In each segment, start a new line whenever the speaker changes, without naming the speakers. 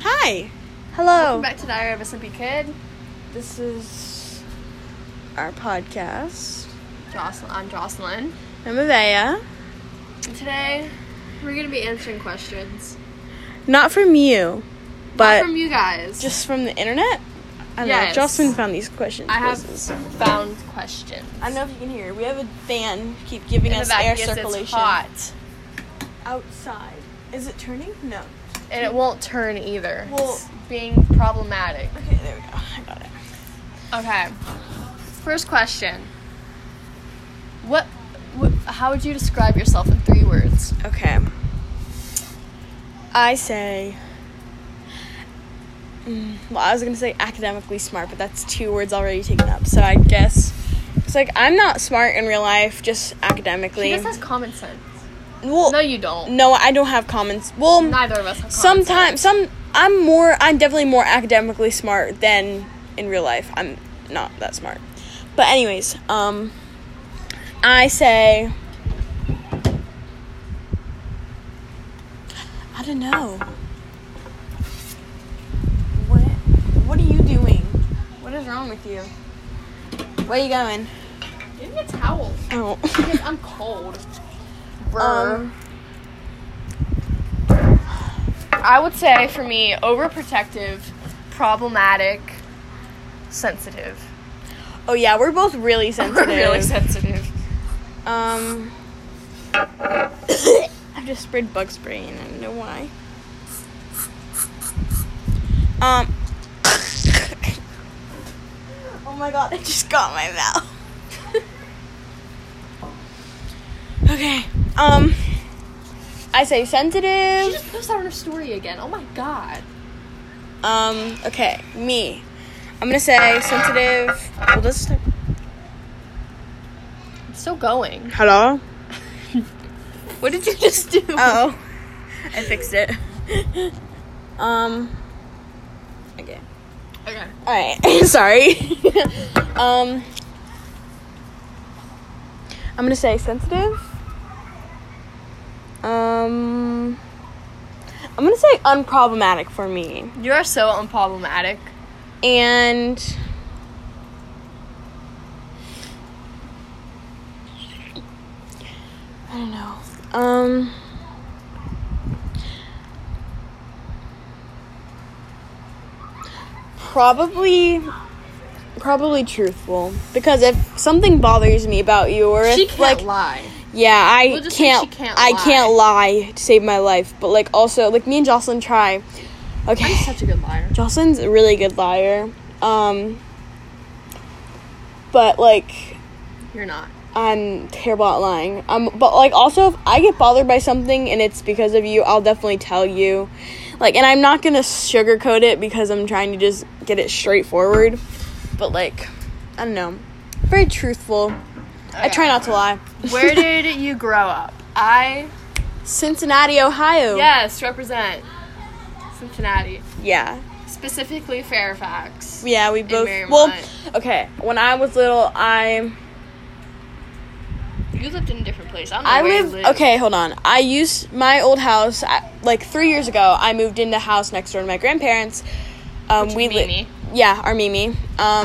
Hi.
Hello.
Oh.
Welcome back to Diary of a Simpy Kid.
This is our podcast.
Jocelyn, I'm Jocelyn.
I'm Avea.
And today, we're gonna be answering questions
Not from you, but
from you guys.
just from the internet. I don't
Yes.
know. Jocelyn found these questions.
I have
places.
found questions.
I don't know if you can hear. We have a fan keep giving
In the
us
back,
air
yes,
circulation.
it's hot,
Outside. Is it turning? No.
and it won't turn either.
Well-
it's being problematic.
Okay, there we go. I got it.
Okay. First question. What? Wh- how would you describe yourself in three words?
Okay. I say. Mm, Well, I was gonna say academically smart, but that's two words already taken up. So I guess it's like I'm not smart in real life, just
She
academically.
just has common sense.
well,
No, you don't.
no, I don't have comments. Well,
Neither of us have. common
sometimes some I'm more I'm definitely more academically smart than in real life. I'm not that smart. But anyways, um I say I don't know. What what are you doing? What is wrong with you? Where you going?
sense. Give me a towel.
Oh.
Because I'm cold.
Um,
I would say for me, overprotective, problematic, sensitive.
oh yeah, we're both really sensitive.
really sensitive.
Um, I've just sprayed bug spray and I don't know why. Um. oh my god, it just got my mouth. okay. Um. I say
She
sensitive.
just posted on her story again. Oh my god.
Um. Okay, me. I'm gonna say sensitive. Well, this.
It's still going.
Hello.
What did you just do?
Oh. I fixed it. um. Okay.
Okay.
All right. Sorry. um. I'm gonna say sensitive. Um. I'm gonna say unproblematic for me,
You are so unproblematic.
and. I don't know. Um. Probably, probably truthful. Because if something bothers me about you, or
She
if
can't
like,
lie.
yeah, I
We'll just say
can't,
she can't
I
lie.
can't lie to save my life. But like, also, like me and Jocelyn try. Okay,
She's such a good liar.
Jocelyn's a really good liar. Um, but like,
You're not.
I'm terrible at lying. Um, but like also if I get bothered by something and it's because of you, I'll definitely tell you. Like, and I'm not gonna sugarcoat it because I'm trying to just get it straightforward. But like, I don't know, very truthful. I try not to lie.
Where did you grow up? I
Cincinnati, Ohio.
yes represent Cincinnati,
Yeah.
specifically Fairfax.
Yeah, we both.
Marymount.
Well, okay. When I was little, I
You lived in a different place. I don't know
I
where you
live.
lived.
Okay, hold on. I used my old house I, like three years ago. I moved into a house next door to my grandparents. Um,
Which is
we li-
Mimi.
Yeah, our Mimi. Um,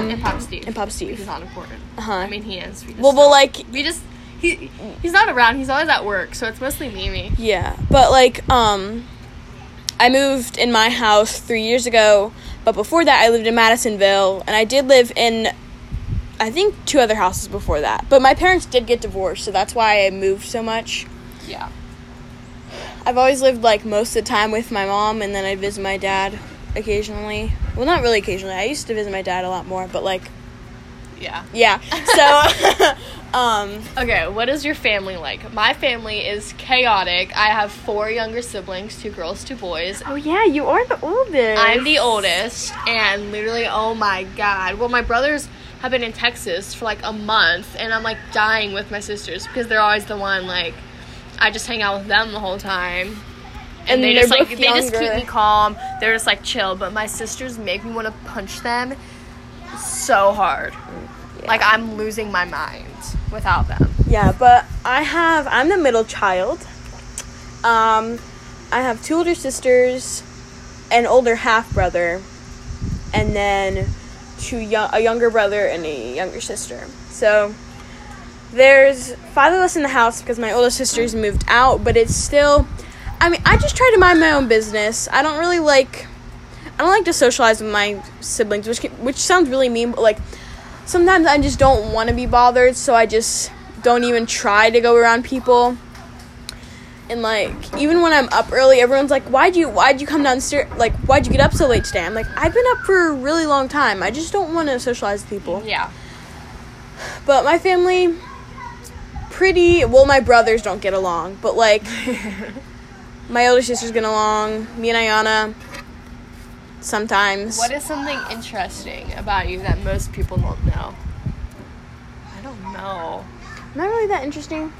And Pop Steve.
and Pop
Which is
Steve.
not important.
Uh-huh.
I mean, he is. We just,
Well, well, like
we just he he's not around. He's always at work, so it's mostly Mimi.
yeah, but like um, I moved in my house three years ago. But before that, I lived in Madisonville, and I did live in, I think, two other houses before that. But my parents did get divorced, so that's why I moved so much.
Yeah.
I've always lived like most of the time with my mom, and then I'd visit my dad occasionally. Well, not really occasionally. I used to visit my dad a lot more, but like,
Yeah.
yeah. So, um,
Okay. What is your family like? My family is chaotic. I have four younger siblings, two girls, two boys.
oh yeah, you are the oldest.
I'm the oldest, and literally, oh my god. Well, my brothers have been in Texas for like a month, and I'm like dying with my sisters because they're always the one like I just hang out with them the whole time.
And
And, they
they're
just like
both
they just keep
younger.
me calm. They're just like chill, but my sisters make me want to punch them so hard. Like I'm losing my mind without them.
Yeah, but I have I'm the middle child. Um, I have two older sisters. an older half brother, and then two young, a younger brother and a younger sister. So there's five of us in the house because my older sister's moved out, but it's still. I mean, I just try to mind my own business. I don't really like. I don't like to socialize with my siblings, which can, which sounds really mean, but like sometimes I just don't want to be bothered, so I just don't even try to go around people. And like even when I'm up early, everyone's like, "Why'd you Why'd you come downstairs? Like, why'd you get up so late today?" I'm like, "I've been up for a really long time. I just don't want to socialize with people."
Yeah.
But my family, pretty well. My brothers don't get along, but like my older sisters get along. Me and Ayana sometimes.
What is something interesting about you that most people don't know? I don't know.
Am I really that interesting?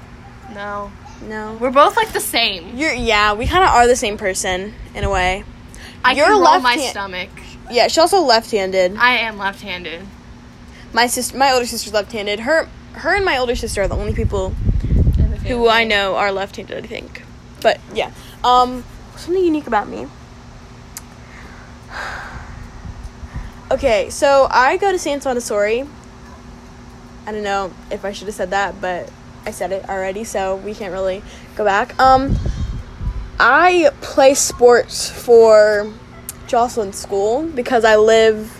No.
No.
We're both like the same.
You're yeah, we kind of are the same person in a way.
I
You're
can roll my
left-hand-
stomach.
Yeah, she's also left-handed.
I am left-handed.
My sister, my older sister's left-handed. Her, her and my older sister are the only people
in the
who I
family.
know are left-handed. I think, but yeah, um, something unique about me. Okay, so I go to San Montessori. I don't know if I should have said that, but I said it already, so we can't really go back. Um, I play sports for Jocelyn School because I live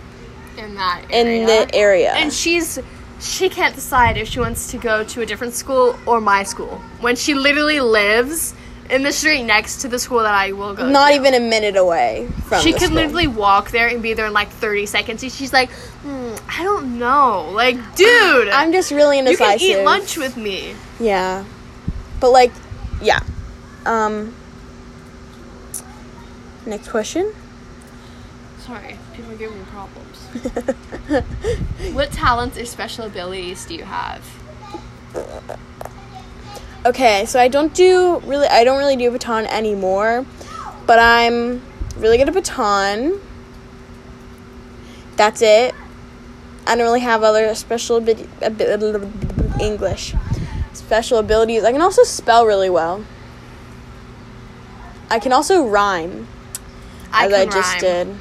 in that
in
area.
the area.
And she's she can't decide if she wants to go to a different school or my school when she literally lives in the street next to the school that I will go.
not
to.
even a minute away from
She
the
could
school.
literally walk there and be there in like 30 seconds. And she's like, "Hmm, I don't know. Like, dude,
I'm just really
you can
indecisive.
eat lunch with me.
Yeah, but like, yeah. Um. Next question.
Sorry, people are giving me problems. what talents or special abilities do you have?
okay, so I don't do really. I don't really do baton anymore, but I'm really good at baton. That's it. I don't really have other special abi- abi- English special abilities. I can also spell really well. I can also rhyme,
I
as
can
I just
rhyme.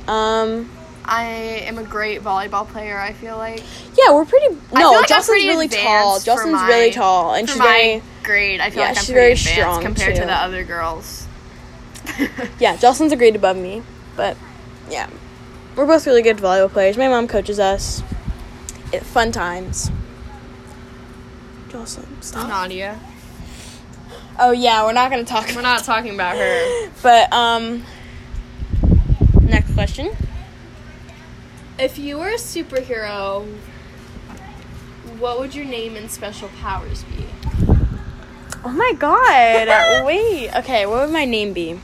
did. Um.
I am a great volleyball player. I feel like.
Yeah, we're pretty.
I
No,
feel like I'm
Jocelyn's
pretty
really tall.
advanced for
Jocelyn's
my-
really tall, and
for
she's
my
very.
grade. I feel
Yeah,
like I'm
she's
pretty
very
advanced
strong,
compared
too.
to the other girls.
Yeah, Jocelyn's a grade above me, but yeah, we're both really good volleyball players. My mom coaches us. It, fun times. Jocelyn, stop.
Nadia.
Oh yeah, we're not gonna talk.
We're not talking about her.
But um, next question.
If you were a superhero, what would your name and special powers be?
Oh my god! Wait. Okay, what would my name be?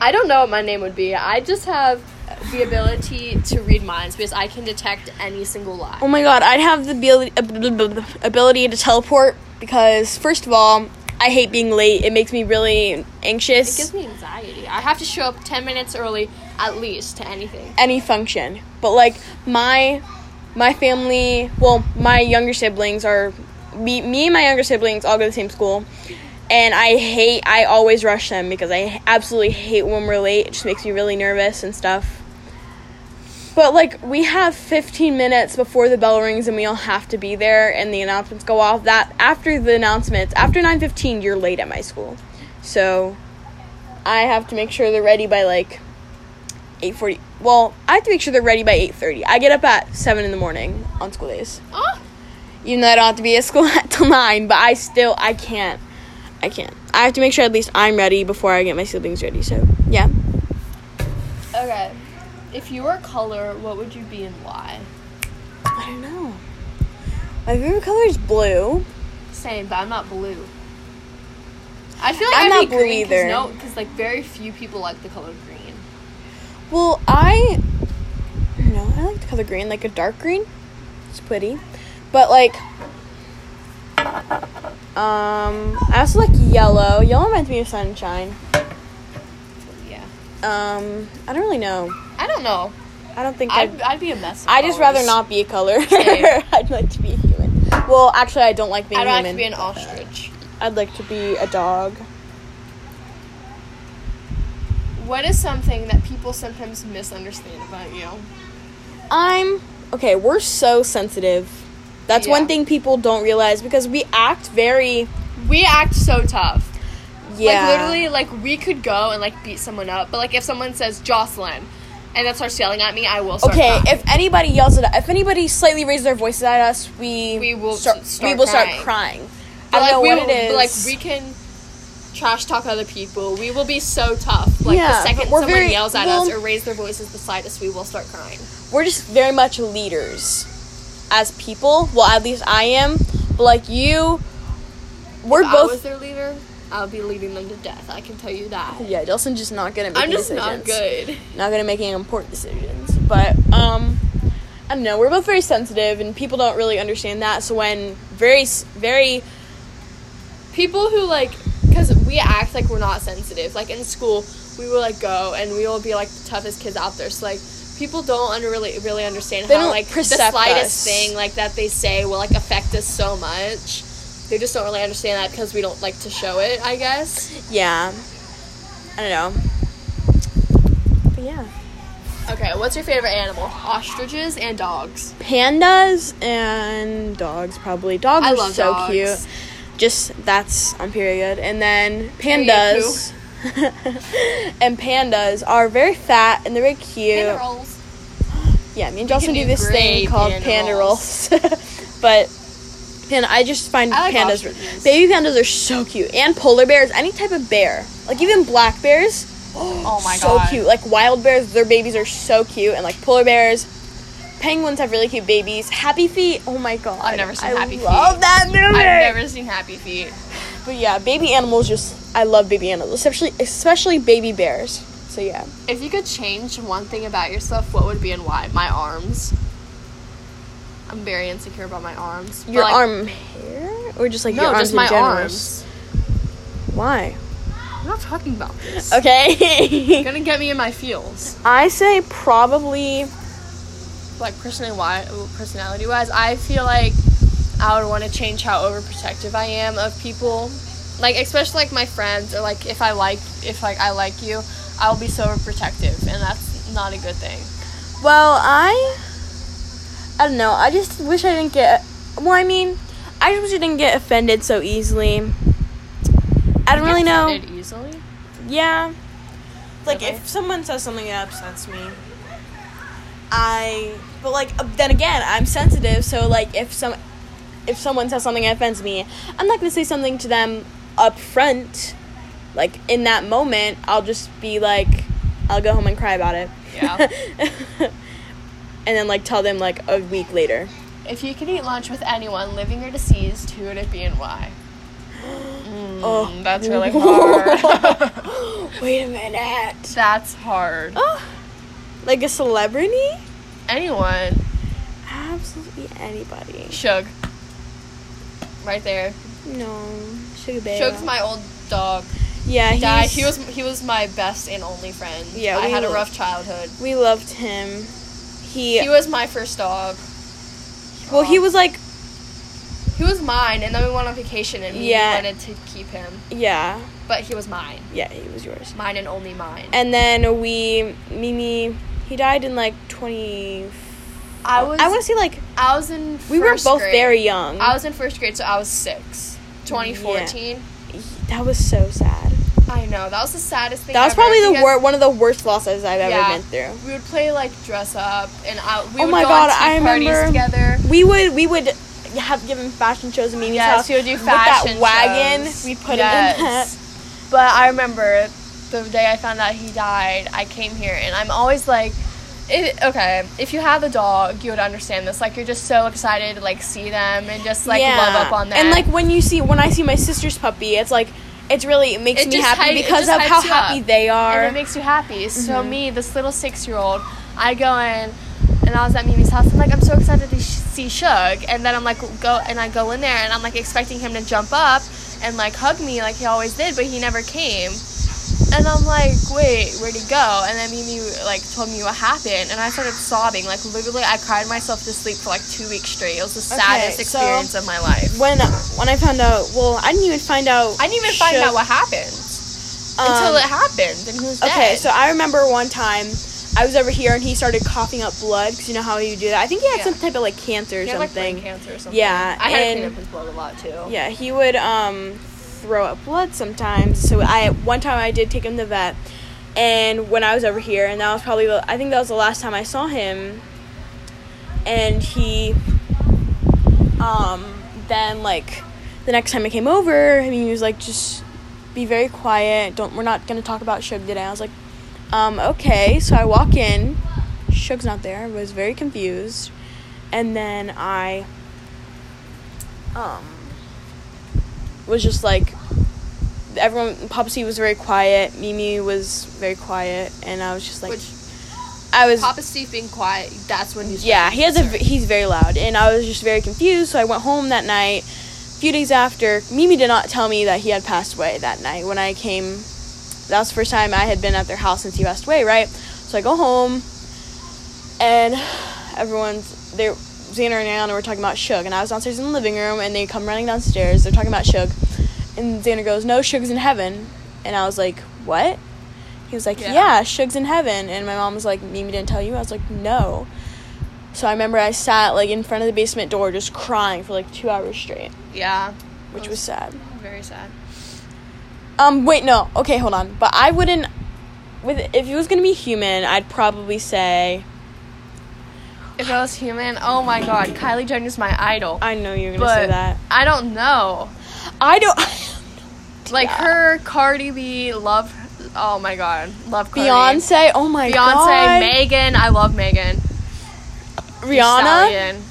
I don't know what my name would be. I just have the ability to read minds because I can detect any single
Oh
lie.
my god, I'd have the abili- ab- ab- ab- ability to teleport because, first of all, I hate being late. It makes me really
It
anxious.
gives me anxiety. I have to show up 10 minutes early at least to anything.
Any function, but like my my family, well, my younger siblings are me. Me and my younger siblings all go to the same school, and I hate. I always rush them because I absolutely hate when we're late. It just makes me really nervous and stuff. But like we have 15 minutes before the bell rings and we all have to be there and the announcements go off. That after the announcements, after 9:15, you're late at my school. So I have to make sure they're ready by like 8:40. Well, I have to make sure they're ready by 8:30. I get up at 7 in the morning on school days.
Oh,
Even though I don't have to be at school till 9, but I still I can't. I can't. I have to make sure at least I'm ready before I get my siblings ready. So, yeah.
okay. If you were a color, what would you be and why?
I don't know. My favorite color is blue.
Same, but I'm not blue. I feel like
I'm
I'm
not
not
blue
green
either.
because no, because like very few people like the color green.
Well, I, I don't know. I like the color green, like a dark green. It's pretty, but like, um, I also like yellow. Yellow reminds me of sunshine.
Yeah,
Um, I don't really know.
I don't know.
I don't think
I'd,
I'd.
I'd be a mess. of
I just
colors.
rather not be a color.
Same.
I'd like to be a human. Well, actually, I don't like being
I'd
human.
like to be an ostrich.
I'd like to be a dog.
What is something that people sometimes misunderstand about you?
I'm okay. We're so sensitive. That's
Yeah.
one thing people don't realize because we act very
We act so tough.
yeah.
Like literally, like we could go and like beat someone up, but like if someone says Jocelyn, and that starts yelling at me, I will. Start
Okay,
crying.
if anybody yells at if anybody slightly raises their voices at us, we
We will
start,
s- start
we will start
crying.
crying. I
But,
don't
like,
know
we
what it
will-
is.
but, like we can trash talk other people. We will be so tough. Like
Yeah,
the second
but we're
someone
very-
yells at us
well-
or raise their voices beside us, we will start crying.
we're just very much leaders as people. Well, at least I am. But like you, we're
if I was
both.
their leader, I would be leading them to death. I can tell you that.
yeah, Delson's just not gonna. Make
I'm
any
just not
decisions.
good.
Not gonna make any important decisions. But um, I don't know. We're both very sensitive, and people don't really understand that. So when very s- very
People who like, because we act like we're not sensitive. Like in school, we will like go and we will be like the toughest kids out there. So like. People don't under- really really understand
They
how
don't
like the
percept
slightest
us.
thing like that they say will like affect us so much. They just don't really understand that because we don't like to show it. I guess.
yeah, I don't know. But yeah,
Okay, what's your favorite animal? Ostriches and dogs.
pandas and dogs probably. Dogs
I
are
love
so
dogs.
cute. Just that's on period. And then
Period
pandas. and pandas are very fat and they're very cute.
Panda rolls.
Yeah, me and Justin do
can do
this thing
great
called
panda
panda
rolls.
rolls. but and I just find
I like
pandas
ostriches.
baby pandas are so cute. And polar bears, any type of bear. Like even black bears.
Oh my
so
God.
cute. Like wild bears, their babies are so cute and like polar bears. Penguins have really cute babies. Happy Feet, oh my god.
I've never seen
I
Happy Feet.
love that movie.
I've never seen Happy Feet.
But yeah, baby animals just I love baby animals, especially especially baby bears. So yeah.
If you could change one thing about yourself, what would it be and why? My arms. I'm very insecure about my arms. but,
Your
like-
arm hair or just like
No,
your arms
just
in
my
general?
arms.
Why?
I'm not talking about this.
Okay.
You're gonna get me in my feels.
I say probably
Like personally, why? Personality wise, I feel like I would want to change how overprotective I am of people. Like especially like my friends or like if I like if like I like you, I'll be so overprotective, and that's not a good thing.
well, I I don't know. I just wish I didn't get well, I mean, I just wish I didn't get offended so easily. I don't really know.
Offended Easily.
Yeah. Like
Really?
if someone says something that upsets me, I but like uh, then again, I'm sensitive, so like if some if someone says something that offends me, I'm not going to say something to them up front. Like in that moment, I'll just be like I'll go home and cry about it.
Yeah.
and then like tell them like a week later.
If you could eat lunch with anyone, living or deceased, who would it be and why? Mm,
Oh.
that's really hard.
Wait a minute.
that's hard.
Oh, like a celebrity?
Anyone?
Absolutely anybody.
Shug. Right there.
No, Sugar Bear.
Shug's my old dog.
yeah.
He
He's,
died. He was he was my best and only friend.
Yeah,
I
we
had a
lo-
rough childhood.
We loved him. He,
He was my first dog.
well, he was like
He was mine, and then we went on vacation, and we
Yeah.
wanted to keep him,
yeah,
but he was mine,
yeah. He was yours.
mine and only mine.
And then we Mimi. He died in like twenty.
I was
I want to say like
I was in.
we were
first
both
grade.
very young.
I was in first grade, so I was six. 2014.
that was so sad.
I know that was the saddest thing.
That was
ever
probably the
because
wor- one of the worst losses I've ever
Yeah.
been through.
We would play like dress up, and I, we
Oh
would
my
go
God,
on tea
I
parties
remember.
together.
We would we would have given fashion shows at Mimi's
Yes,
house.
we would do
With that
fashion
wagon,
shows.
we put him in that.
Yes. But I remember the day I found out he died. I came here, and I'm always like. It, okay, if you have a dog, you would understand this. Like you're just so excited to like see them and just like love up on them.
And like when you see when I see my sister's puppy, it's like it's really it makes
It
me
just
happy
hy- it
because
just
of how
hypes you up.
happy they are. Mm-hmm.
and it makes you happy. So me, this little six-year-old, I go in, and I was at Mimi's house. I'm like, I'm so excited to sh- see Shug, and then I'm like, go, and I go in there, and I'm like expecting him to jump up and like hug me like he always did, but he never came. And I'm like, wait, where'd he go? And then Mimi like told me what happened, and I started sobbing. Like literally, I cried myself to sleep for like two weeks straight. It was the
Okay,
saddest
so-
experience of my life.
when when I found out, well, I didn't even find out.
I didn't even find
Shug-
out what happened. until
Um,
it happened and he was dead.
Okay, so I remember one time I was over here and he started coughing up blood because you know how you do that. I think he had
Yeah.
some type of like cancer or
he had like brain
something.
cancer or something.
Yeah,
I had to
and-
clean up his blood a lot too.
yeah, he would um, throw up blood sometimes. So I one time I did take him to vet, and when I was over here, and that was probably the, I think that was the last time I saw him. And he, um, then like the next time I came over, I mean he was like just be very quiet. Don't we're not gonna talk about Shug today. I was like, um, okay. So I walk in, Shug's not there. I was very confused, and then I um, was just like everyone. Popsy was very quiet. Mimi was very quiet, and I was just like,
Which
I was.
Papa Steve being quiet, that's when he's
yeah, he has a. v- He's very loud, and I was just very confused. So I went home that night. A few days after, Mimi did not tell me that he had passed away that night when I came. That was the first time I had been at their house since he passed away, right? So I go home, and everyone's they Xander and Ariana were talking about Shug, and I was downstairs in the living room, and they come running downstairs. They're talking about Shug, and Xander goes, "No, Shug's in heaven," and I was like, "What?" He was like,
Yeah.
"Yeah, Shug's in heaven," and my mom was like, "Mimi didn't tell you?" I was like, "No." So I remember I sat like in front of the basement door, just crying for like two hours straight,
yeah,
which was sad.
very sad.
Um, wait, no. Okay, hold on. But I wouldn't. With if it was gonna be human, I'd probably say
If I was human, oh my god, Kylie Jenner is my idol.
I know you're gonna
but
say that.
I don't know.
I don't.
Like
Yeah.
her, Cardi B, love. Oh my god, love Cardi.
Beyonce. Oh my
Beyonce,
god.
Megan. I love Megan.
Rihanna.
Stallion.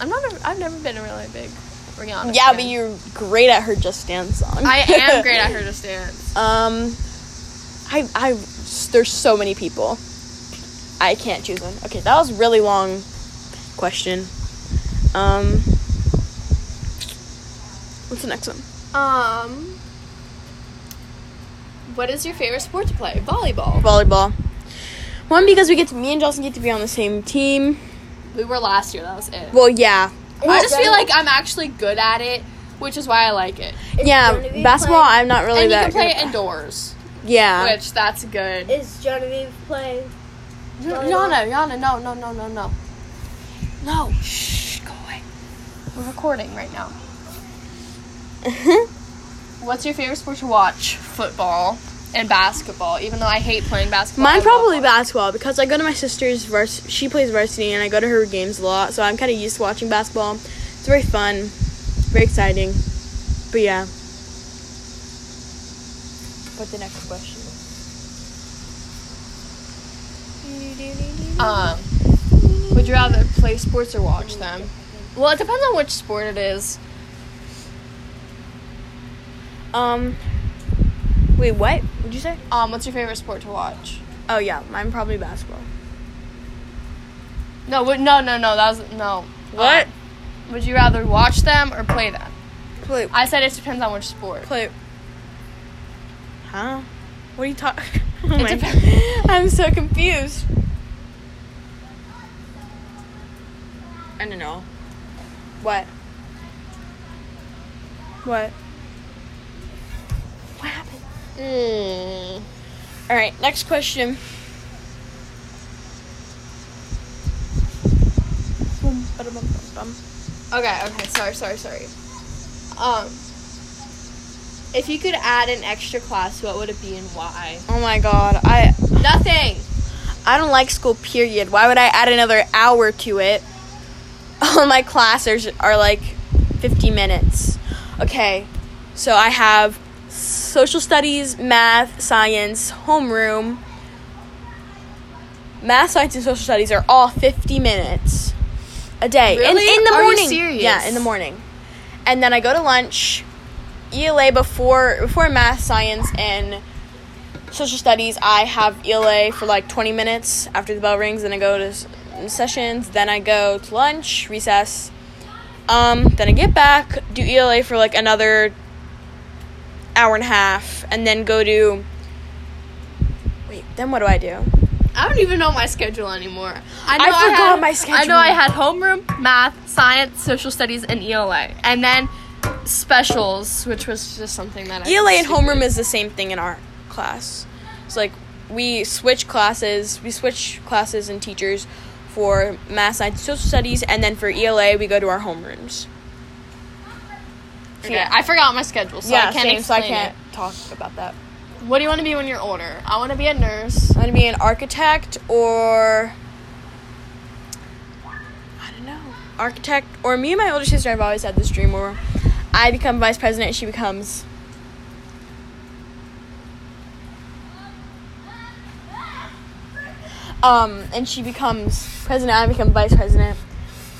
I'm not. A, I've never been a really big Rihanna.
Yeah,
fan.
but you're great at her Just Dance song.
I am great at her to dance.
Um, I I there's so many people. I can't choose one. Okay, that was a really long question. Um, what's the next one?
Um. What is your favorite sport to play? Volleyball.
Volleyball. One because we get to me and Jocelyn get to be on the same team.
We were last year. That was it.
Well, yeah.
I just feel like I'm actually good at it, which is why I like it.
Is
yeah,
Genevieve
basketball.
playing?
I'm not really
and you
that.
can play
good.
indoors,
yeah.
which that's good.
Is Genevieve playing?
Yana, Yana, no, no, no, no, no, no. Shh, go away. We're recording right now. What's your favorite sport to watch? Football and basketball. Even though I hate playing basketball, I
Mine
love
probably
it.
basketball because I go to my sister's vers- she plays varsity and I go to her games a lot, so I'm kind of used to watching basketball. It's very fun, very exciting. But yeah. What's the next question?
Um, would you rather play sports or watch them? Well, it depends on which sport it is.
Um Wait, what? Would you say?
Um, what's your favorite sport to watch?
Oh yeah, mine probably basketball.
No, wait, no, no, no. That was no.
What?
Um, would you rather watch them or play them?
Play
I said it depends on which sport.
play Huh? What are you talking? Oh
It
my
depends.
I'm so confused. I don't know. What? What? What happened? Hmm.
Mm.
All right, next question. Bum, ba-da-bum, bum, bum.
Okay. Okay. Sorry. Sorry. Sorry. Um, if you could add an extra class, what would it be and why?
Oh my god, I
Nothing.
I don't like school. Period. Why would I add another hour to it? All my classes are like 50 minutes. Okay, so I have social studies, math, science, homeroom. Math, science, and social studies are all 50 minutes a day. In-
Really?
In, the
Are you
morning.
serious?
Yeah, in the morning. And then I go to lunch, ELA before before math, science, and social studies. I have ELA for like 20 minutes after the bell rings. Then I go to s- sessions. Then I go to lunch, recess. Um, then I get back, do ELA for like another hour and a half, and then go to. Wait, then what do I do?
I don't even know my schedule anymore. I, know
forgot
had,
my
I know
schedule.
I had homeroom, math, science, social studies, and ELA, and then specials, which was just something that I
ELA E and
stupid.
homeroom is the same thing in our class. It's like we switch classes, we switch classes and teachers for math, science, social studies, and then for ELA we go to our homerooms.
Okay. I forgot my schedule, so I can't
same, so I
explain
can't talk about that.
it. What do you want to be when you're older? I want to be a nurse.
I'm gonna be an architect or I don't know, architect or me and my older sister. I've always had this dream where I become vice president, she becomes. Um, and she becomes president. I become vice president.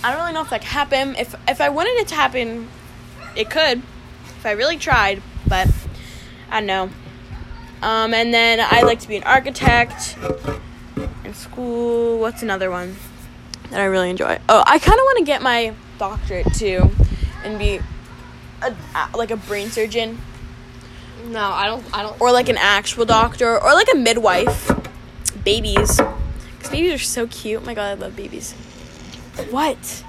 I don't really know if that could happen. If if I wanted it to happen, it could. If I really tried, but I don't know. Um, and then I like to be an architect in school. What's another one that I really enjoy? Oh, I kind of want to get my doctorate too, and be a, a- like a brain surgeon
No, I don't. I don't.
or like an actual doctor or like a midwife. Babies, because babies are so cute. Oh My God, I love babies. What?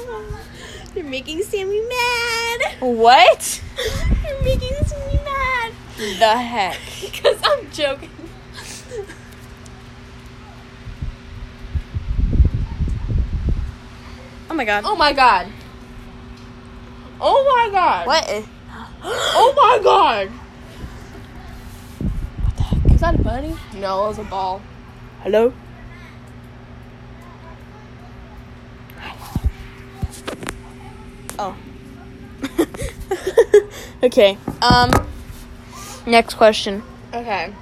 You're making Sammy mad.
What
You're making Sammy mad.
the heck?
Because I'm joking.
Oh my God.
Oh my god. Oh my god.
What?
Oh my god.
What the heck?
Is that a bunny? No, it was a ball.
Hello? Oh. okay. Um next question.
Okay.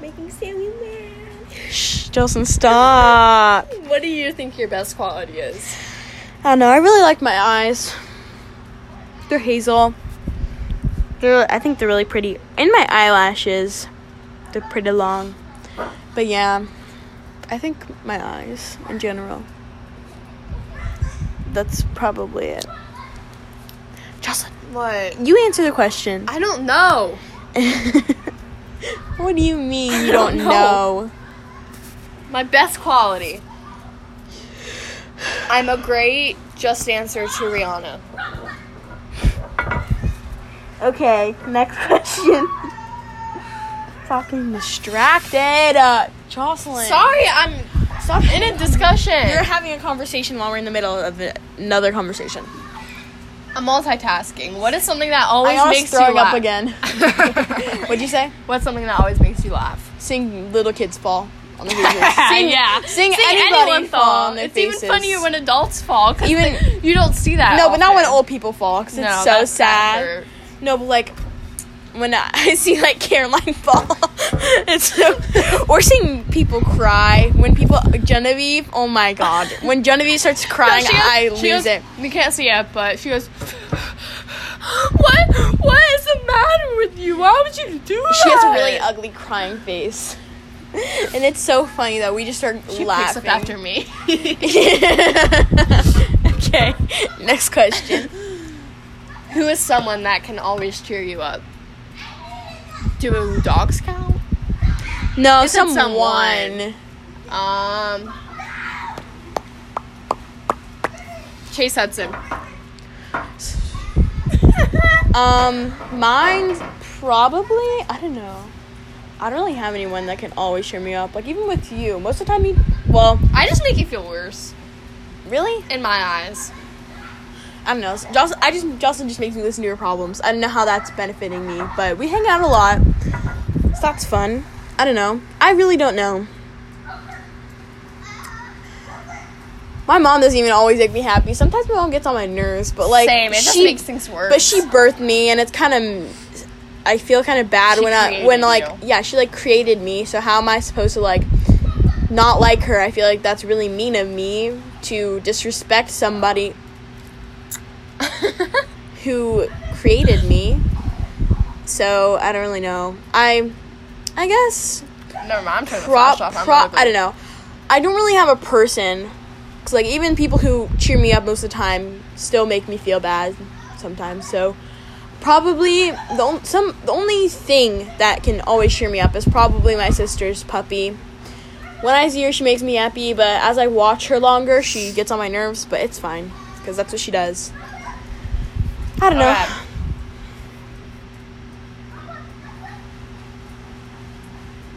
Making Sammy mad.
Shh, Justin, stop.
What do you think your best quality is?
I don't know, I really like my eyes. They're hazel. They're I think they're really pretty. And my eyelashes. They're pretty long. But yeah. I think my eyes in general. That's probably it. Jocelyn,
What?
you answer the question.
I don't know.
what do you mean you
I don't
don't
know.
know?
My best quality. I'm a great just answer to Rihanna.
Okay, next question. Fucking distracted. Uh, Jocelyn.
Sorry, I'm
Stop
in a discussion.
You're having a conversation while we're in the middle of it- another conversation.
I'm multitasking. What is something that always
I almost
makes
throwing
you laugh?
up again. What'd you say?
What's something that always makes you laugh?
Sing little kids fall on the faces. Sing,
yeah.
Sing, anybody
anyone
fall.
fall.
on their
it's
faces.
even funnier when adults fall because
Even-
you don't see that.
No, but not when
often.
old people fall because it's
No,
so
that's
sad.
sadder.
No, but like when I, I see like Caroline fall, it's so, or seeing people cry when people Genevieve. Oh my god, when Genevieve starts crying,
No, she goes-
I
she
lose
goes-
it.
You can't see it, but she goes. What? What is the matter with you? Why would you do that?
She has a really ugly crying face, and it's so funny that we just start
She
laughing.
picks up after me.
okay, next question.
Who is someone that can always cheer you up? Do dogs count?
No,
It's in
someone.
someone. Um. Chase Hudson.
Um, mine probably. I don't know. I don't really have anyone that can always cheer me up. Like even with you, most of the time you. Well,
I just make you feel worse
really,
in my eyes.
I don't know. Jocelyn, I just Jocelyn just makes me listen to your problems. I don't know how that's benefiting me, but we hang out a lot. So that's fun. I don't know. I really don't know. My mom doesn't even always make me happy. Sometimes my mom gets on my nerves, but like
Same. It just
she-
makes things worse.
but she birthed me and it's kind of i feel kind of bad
She
when i
created
when like
you.
yeah she like created me so how am i supposed to like not like her i feel like that's really mean of me to disrespect somebody who created me so i don't really know i i guess
Never mind. I'm turning the
prop,
flash off. I'm
prop
ugly.
i don't know i don't really have a person because like even people who cheer me up most of the time still make me feel bad sometimes so probably the, on- some, the only thing that can always cheer me up is probably my sister's puppy when i see her she makes me happy but as i watch her longer she gets on my nerves but it's fine because that's what she does i don't know
Alright.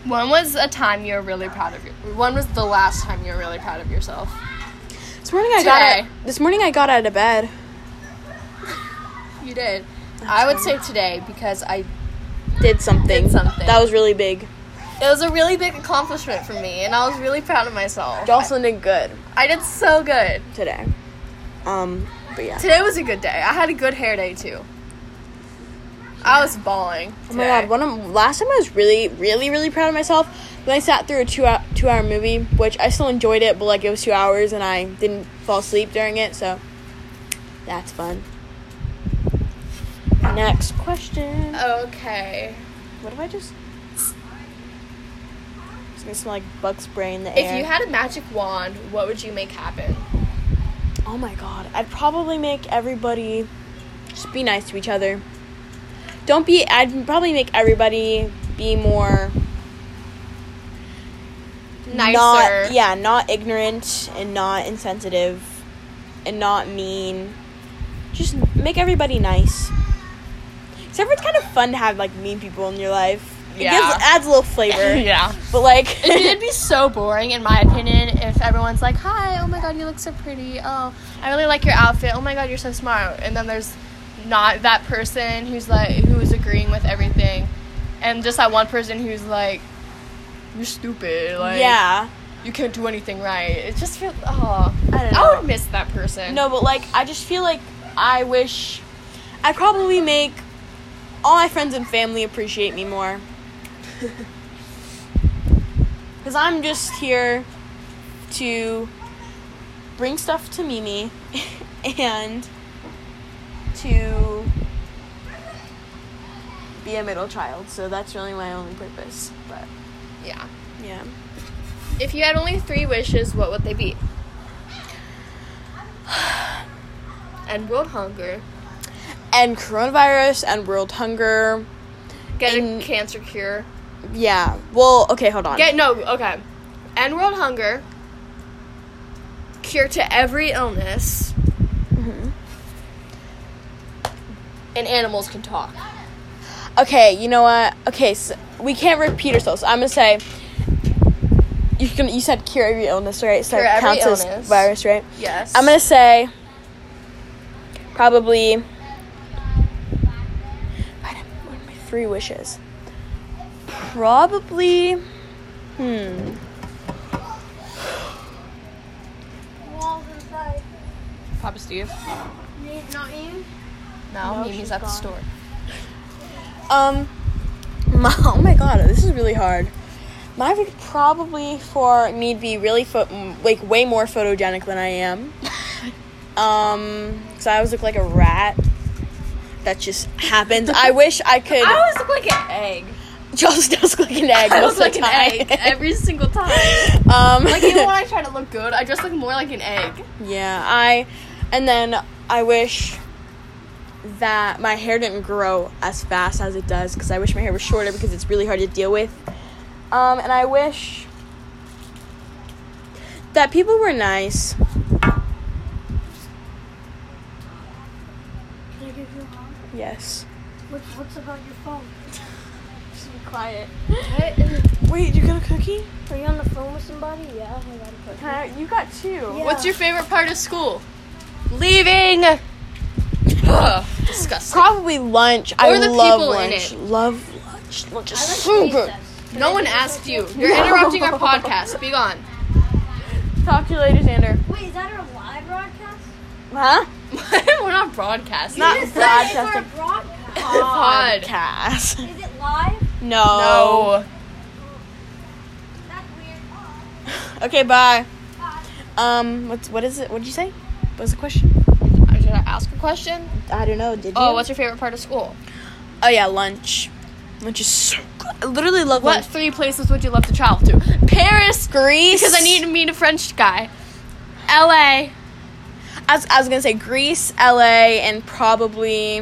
When was a time you were really proud of your? When was the last time you were really proud of yourself?
This morning I got
Today.
out, this morning I got out of bed.
You did. I would say today because I.
Did something.
Did something.
That was really big.
It was a really big accomplishment for me, and I was really proud of myself.
Jocelyn did good
I did so good.
today. Um, but yeah.
Today was a good day. I had a good hair day too. I was bawling.
Oh my god! One of, last time I was really, really, really proud of myself when I sat through a two hour, two hour movie, which I still enjoyed it, but like it was two hours and I didn't fall asleep during it, so that's fun. Next question.
Okay.
What if I just? It's gonna smell like bug spray in the air.
If you had a magic wand, what would you make happen?
oh my god! I'd probably make everybody just be nice to each other. Don't be. I'd probably make everybody be more
Nicer.
Not, yeah, not ignorant and not insensitive and not mean. Just make everybody nice. Except for it's kind of fun to have like mean people in your life. It
Yeah.
gives, adds a little flavor.
yeah.
But like,
It'd be so boring, in my opinion, if everyone's like, "Hi, oh my god, you look so pretty. Oh, I really like your outfit. Oh my god, you're so smart." And then there's not that person who's like who's agreeing with everything, and just that one person who's like, "You're stupid. Like,
yeah.
you can't do anything right." It just feels oh,
I don't
I
know.
would miss that person.
No, but like, I just feel like I wish I probably make all my friends and family appreciate me more. Because I'm just here to bring stuff to Mimi and to be a middle child. So that's really my only purpose. But
yeah.
yeah.
If you had only three wishes, what would they be? End world hunger.
And coronavirus and world hunger.
Get
And-
a cancer cure.
Yeah. Well, okay, hold on.
Get no, okay. End world hunger. Cure to every illness. Mm-hmm. And animals can talk.
Okay, you know what? Okay, so we can't repeat ourselves. I'm gonna say you can. You said cure every illness, right? So
Cure
it
every
counts
illness.
as virus, right?
Yes.
I'm gonna say probably. What are my three wishes? Probably. Hmm.
Papa Steve. No,
No,
Mimi's
she's
at the
gone.
store.
Um. My, oh my god, this is really hard. My would probably for me to be really pho- m- like way more photogenic than I am. um, so I always look like a rat. That just happens. I wish I could.
I always look like an egg.
Just does look like an egg.
I
most
look
of
like
the
an egg
time.
every single time.
um.
like even when I try to look good, I just look more like an egg.
yeah, I. And then I wish that my hair didn't grow as fast as it does because I wish my hair was shorter because it's really hard to deal with. Um, and I wish that people were nice.
Can I give you a hug?
Yes.
What, what's about your phone?
Just be quiet.
What?
Wait, you got a cookie?
Are you on the phone with somebody? Yeah, I got a question.
Can I, you got two.
What's your favorite part of school? Leaving. Ugh, disgusting.
Probably lunch. I
Or the
love
people in
lunch.
it.
Love lunch. Lunch is
I like
so good.
recess. Can I
No one
do
asked
something?
you. You're
No.
interrupting our podcast. Be gone.
Talk to you later, Xander.
Wait, is that a live broadcast?
Huh?
We're not broadcasting.
Not-
Is that
Broadcasting.
a broadcast?
Pod.
Podcast.
Is it live?
No.
No.
That's weird. Oh.
Okay, bye.
Bye.
Um, what's what is it? What did you say? What was the question?
Should I ask a question?
I don't know. Did
Oh, what's your favorite part of school?
oh yeah, lunch. Lunch is so good. I literally love
What
lunch.
three places would you love to travel to? Paris,
Greece.
because I need to meet a French guy. L.A.
I was, I was gonna say Greece, LA, and probably.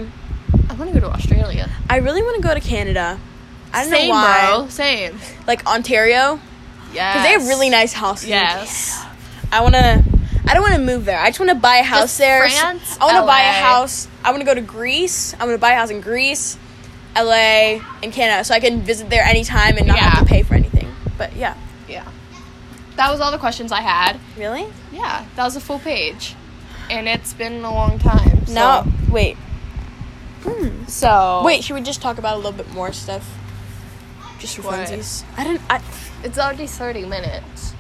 I want to go to Australia.
I really want to go to Canada. I don't
Same,
know why.
bro. Same.
Like Ontario,
Yeah.
because they have really nice houses.
Yes.
I wanna. I don't want to move there. I just want to buy a house
Just
there.
France,
I want to buy a
LA.
house. I want to go to Greece. I want to buy a house in Greece. LA, and Canada, so I can visit there anytime and not have to
Yeah.
pay for anything. But yeah,
Yeah. That was all the questions I had.
really?
Yeah, that was a full page. And it's been a long time. So, Oh.
No, wait,
So
wait. Should we just talk about a little bit more stuff? Just for
What?
funsies. I didn't. I,
It's already thirty minutes.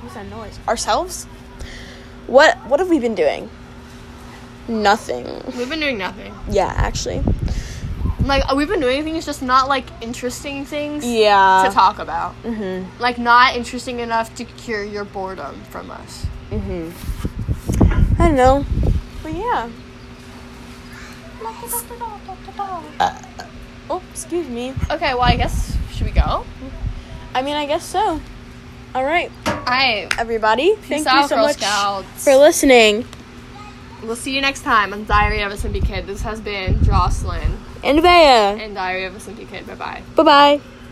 What's that noise? Ourselves? What What have we been doing? Nothing.
We've been doing nothing.
Yeah, actually.
Like we've been doing things, just not like interesting things
Yeah.
to talk about.
Mhm.
Like not interesting enough to cure your boredom from us.
Mhm. Mm-hmm. I don't know. But yeah. Oh, excuse me.
Okay, well I guess should we go?
I mean, I guess so. All right,
I
everybody.
peace
Thank you
out,
so
Girl
much
Scouts.
for listening.
we'll see you next time on Diary of a Simpy Kid. This has been Jocelyn
And Bea.
and Diary of a Simpy Kid. Bye bye.
Bye bye.